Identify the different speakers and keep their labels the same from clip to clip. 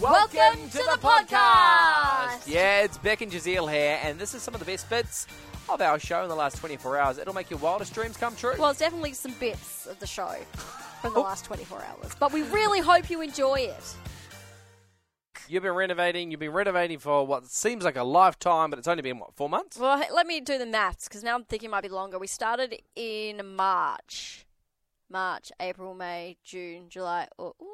Speaker 1: Welcome to the podcast.
Speaker 2: Yeah, it's Beck and Giselle here, and this is some of the best bits of our show in the last 24 hours. It'll make your wildest dreams come true.
Speaker 1: Well, it's definitely some bits of the show from the last 24 hours, but we really hope you enjoy it.
Speaker 2: You've been renovating, you've been renovating for what seems like a lifetime, but it's only been, what, four months?
Speaker 1: Well, hey, let me do the maths because now I'm thinking it might be longer. We started in March, March, April, May, June, July. oh, Or,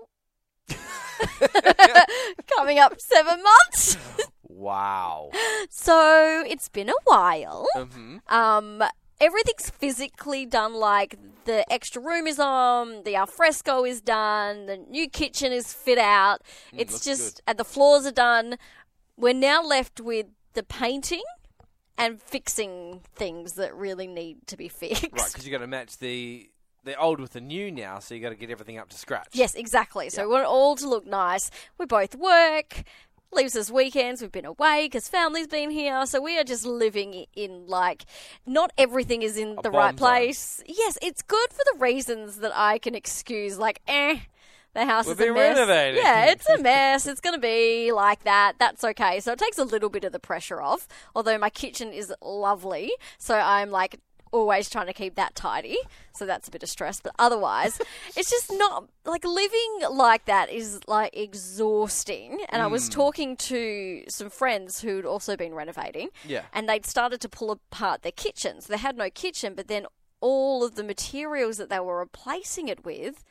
Speaker 1: Coming up seven months,
Speaker 2: Wow.
Speaker 1: so it's been a while.
Speaker 2: hmm
Speaker 1: Um, everything's physically done. Like the extra room is on, the alfresco is done, the new kitchen is fit out. it's
Speaker 2: Mm, looks
Speaker 1: just, and the floors are done. We're now left with the painting and fixing things that really need to be fixed.
Speaker 2: Right, because you got to match the the old with the new now, so you got to get everything up to scratch.
Speaker 1: Yes, exactly. So we want it all to look nice. We both work. Leaves us weekends. We've been away because family's been here. So we are just living in like not everything is in the
Speaker 2: bomb zone.
Speaker 1: right place. Yes, it's good for the reasons that I can excuse. Like, eh, the house
Speaker 2: We've
Speaker 1: is a
Speaker 2: been
Speaker 1: mess.
Speaker 2: renovating.
Speaker 1: Yeah, it's a mess. It's going to be like that. That's okay. So it takes a little bit of the pressure off. Although my kitchen is lovely, so I'm like always trying to keep that tidy. So that's a bit of stress, but otherwise, it's just not like living like that is like exhausting. And I was talking to some friends who'd also been renovating.
Speaker 2: Yeah.
Speaker 1: And they'd started to pull apart their kitchen. So they had no kitchen, but then all of the materials that they were replacing it with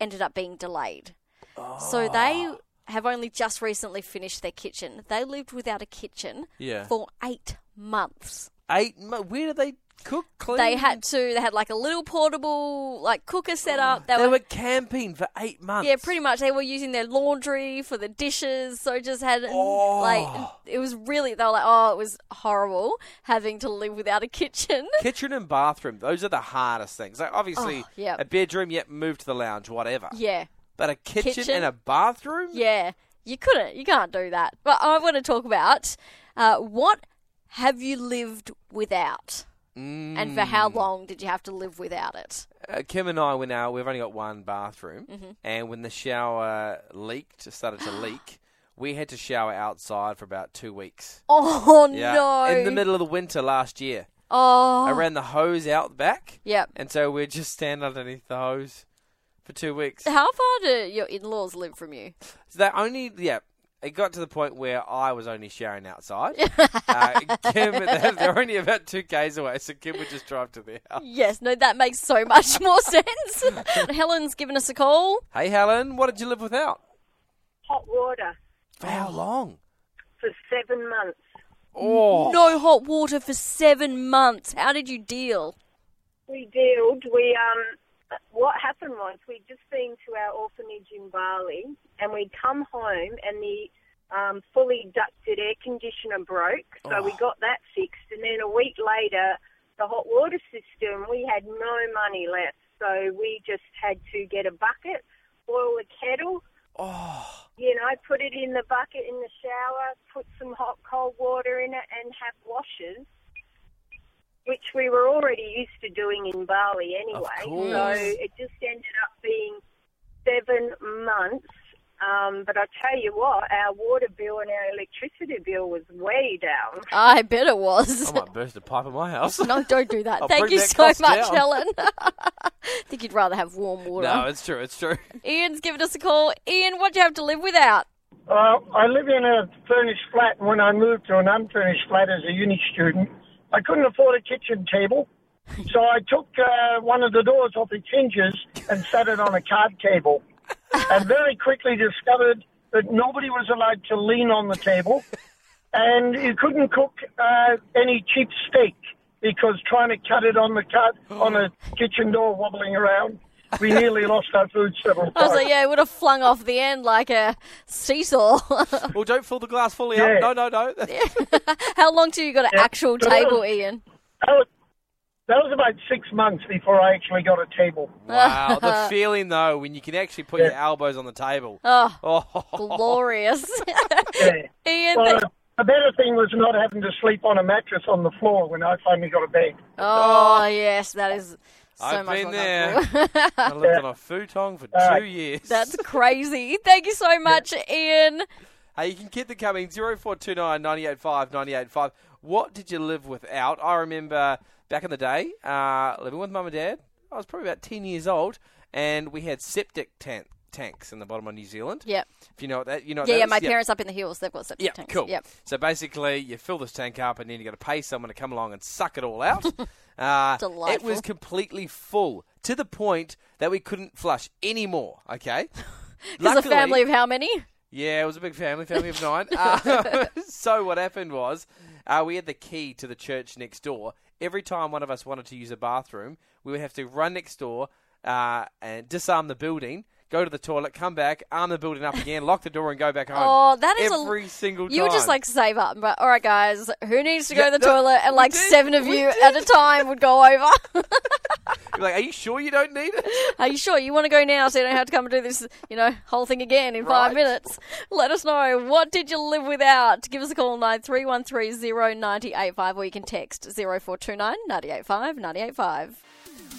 Speaker 1: ended up being delayed.
Speaker 2: Ah.
Speaker 1: So they have only just recently finished their kitchen. They lived without a kitchen
Speaker 2: Yeah.
Speaker 1: for eight months.
Speaker 2: Eight. mo- Where do they cook? Clean?
Speaker 1: They had to. They had like a little portable like cooker set up.
Speaker 2: They were camping for eight months.
Speaker 1: Yeah, pretty much. They were using their laundry for the dishes, so just had
Speaker 2: Oh.
Speaker 1: like it was really. They were like, oh, it was horrible having to live without a kitchen.
Speaker 2: Kitchen and bathroom, those are the hardest things. Like obviously,
Speaker 1: Oh, yeah.
Speaker 2: a bedroom, yep, move to the lounge, whatever.
Speaker 1: yeah,
Speaker 2: But a kitchen,
Speaker 1: Kitchen.
Speaker 2: and a bathroom?
Speaker 1: yeah. You couldn't. You can't do that. But I want to talk about uh, what have you lived without, and for how
Speaker 2: Mm.
Speaker 1: long did you have to live without it?
Speaker 2: Uh, Kim and I went out. We've only got one bathroom,
Speaker 1: Mm-hmm.
Speaker 2: and when the shower leaked, started to leak, we had to shower outside for about two weeks.
Speaker 1: Oh
Speaker 2: Yeah,
Speaker 1: no!
Speaker 2: in the middle of the winter last year,
Speaker 1: Oh,
Speaker 2: I ran the hose out back,
Speaker 1: yep.
Speaker 2: and so we'd just stand underneath the hose for two weeks. So
Speaker 1: How far do your in-laws live from you?
Speaker 2: they only, yeah. It got to the point where I was only showering outside. uh, Kim, they're they're only about two k's away, so Kim would just drive to their house.
Speaker 1: Yes, no, that makes so much more sense. Helen's given us a call.
Speaker 2: Hey, Helen, what did you live without?
Speaker 3: hot water
Speaker 2: For
Speaker 1: Oh.
Speaker 2: how long?
Speaker 3: for seven months.
Speaker 2: Oh,
Speaker 1: No hot water for seven months. How did you deal?
Speaker 3: We dealt. We um, what happened was we'd just been to our orphanage in Bali, and we'd come home, and the um, fully ducted air conditioner broke, so we got that fixed, and then a week later, the hot water system. We had no money left, so we just had to get a bucket, boil a kettle.
Speaker 2: Oh,
Speaker 3: You know, put it in the bucket in the shower, put some hot cold water in it, and have washes. which we were already used to doing in Bali anyway.
Speaker 2: course.
Speaker 3: So it just ended up being seven months. Um, but I tell you what, our water bill and our electricity bill was way down.
Speaker 1: I bet it was.
Speaker 2: I might burst a pipe in Oh, my house.
Speaker 1: No, don't do that.
Speaker 2: I'll
Speaker 1: Thank
Speaker 2: bring
Speaker 1: you
Speaker 2: that
Speaker 1: so much,
Speaker 2: cost down.
Speaker 1: Helen. think you'd rather have warm water.
Speaker 2: No, it's true. It's true.
Speaker 1: Ian's given us a call. Ian, what do you have to live without?
Speaker 4: Uh, I live in a furnished flat, and when I moved to an unfurnished flat as a uni student, I couldn't afford a kitchen table. So I took uh, one of the doors off its hinges and set it on a card table. And very quickly discovered that nobody was allowed to lean on the table, and you couldn't cook uh, any cheap steak because trying to cut it on the cut on a kitchen door wobbling around, we nearly lost our food several
Speaker 1: I
Speaker 4: times.
Speaker 1: was like, yeah, it would have flung off the end like a seesaw.
Speaker 2: Well, Oh, don't fill the glass fully
Speaker 4: Yeah.
Speaker 2: up. No, no, no. That's-
Speaker 1: How long till you got an actual
Speaker 4: But that
Speaker 1: table,
Speaker 4: was-
Speaker 1: Ian?
Speaker 4: That was, Oh, that was about six months before I actually got a table.
Speaker 2: Wow, the feeling though when you can actually put your elbows on the table.
Speaker 1: Oh,
Speaker 2: Oh,
Speaker 1: glorious.
Speaker 4: Yeah.
Speaker 1: Ian,
Speaker 4: Well,
Speaker 1: th-
Speaker 4: the, the better thing was not having to sleep on a mattress on the floor when I finally got a bed.
Speaker 1: Oh yes, that is So
Speaker 2: I've
Speaker 1: much
Speaker 2: been
Speaker 1: more
Speaker 2: there.
Speaker 1: comfortable.
Speaker 2: I lived on a futon for
Speaker 4: All right.
Speaker 2: two years.
Speaker 1: That's crazy. Thank you so much, Ian.
Speaker 2: Hey, you can keep them coming. 0429 985 985. What did you live without? I remember back in the day, uh, living with mum and dad. I was probably about 10 years old, and we had septic tank, tanks in the bottom of New Zealand.
Speaker 1: Yep.
Speaker 2: If you know what that, you know what
Speaker 1: Yeah,
Speaker 2: that
Speaker 1: yeah.
Speaker 2: is?
Speaker 1: My parents up in the hills, they've got septic
Speaker 2: Yeah,
Speaker 1: tanks.
Speaker 2: cool.
Speaker 1: Yep.
Speaker 2: So basically, you fill this tank up, and then you got to pay someone to come along and suck it all out. uh, it
Speaker 1: Delightful.
Speaker 2: was completely full to the point that we couldn't flush anymore. Okay,
Speaker 1: It's a
Speaker 2: Luckily-
Speaker 1: family of how many?
Speaker 2: yeah, it was a big family, family of nine. Uh, so what happened was, uh, we had the key to the church next door. Every time one of us wanted to use a bathroom, we would have to run next door uh, and disarm the building, go to the toilet, come back, arm the building up again, lock the door, and go back home.
Speaker 1: Oh, that is a-
Speaker 2: every single time.
Speaker 1: You would just like save up, but all right, guys, who needs to go
Speaker 2: Yeah,
Speaker 1: to the
Speaker 2: no,
Speaker 1: toilet? And
Speaker 2: we
Speaker 1: like
Speaker 2: did,
Speaker 1: seven of
Speaker 2: we
Speaker 1: you at a time would go over.
Speaker 2: You're like, are you sure you don't need it?
Speaker 1: Are you sure you want to go now so you don't have to come and do this, you know, whole thing again in five
Speaker 2: Right.
Speaker 1: minutes? Let us know. What did you live without? Give us a call, 93130985, or you can text 0429 985 985.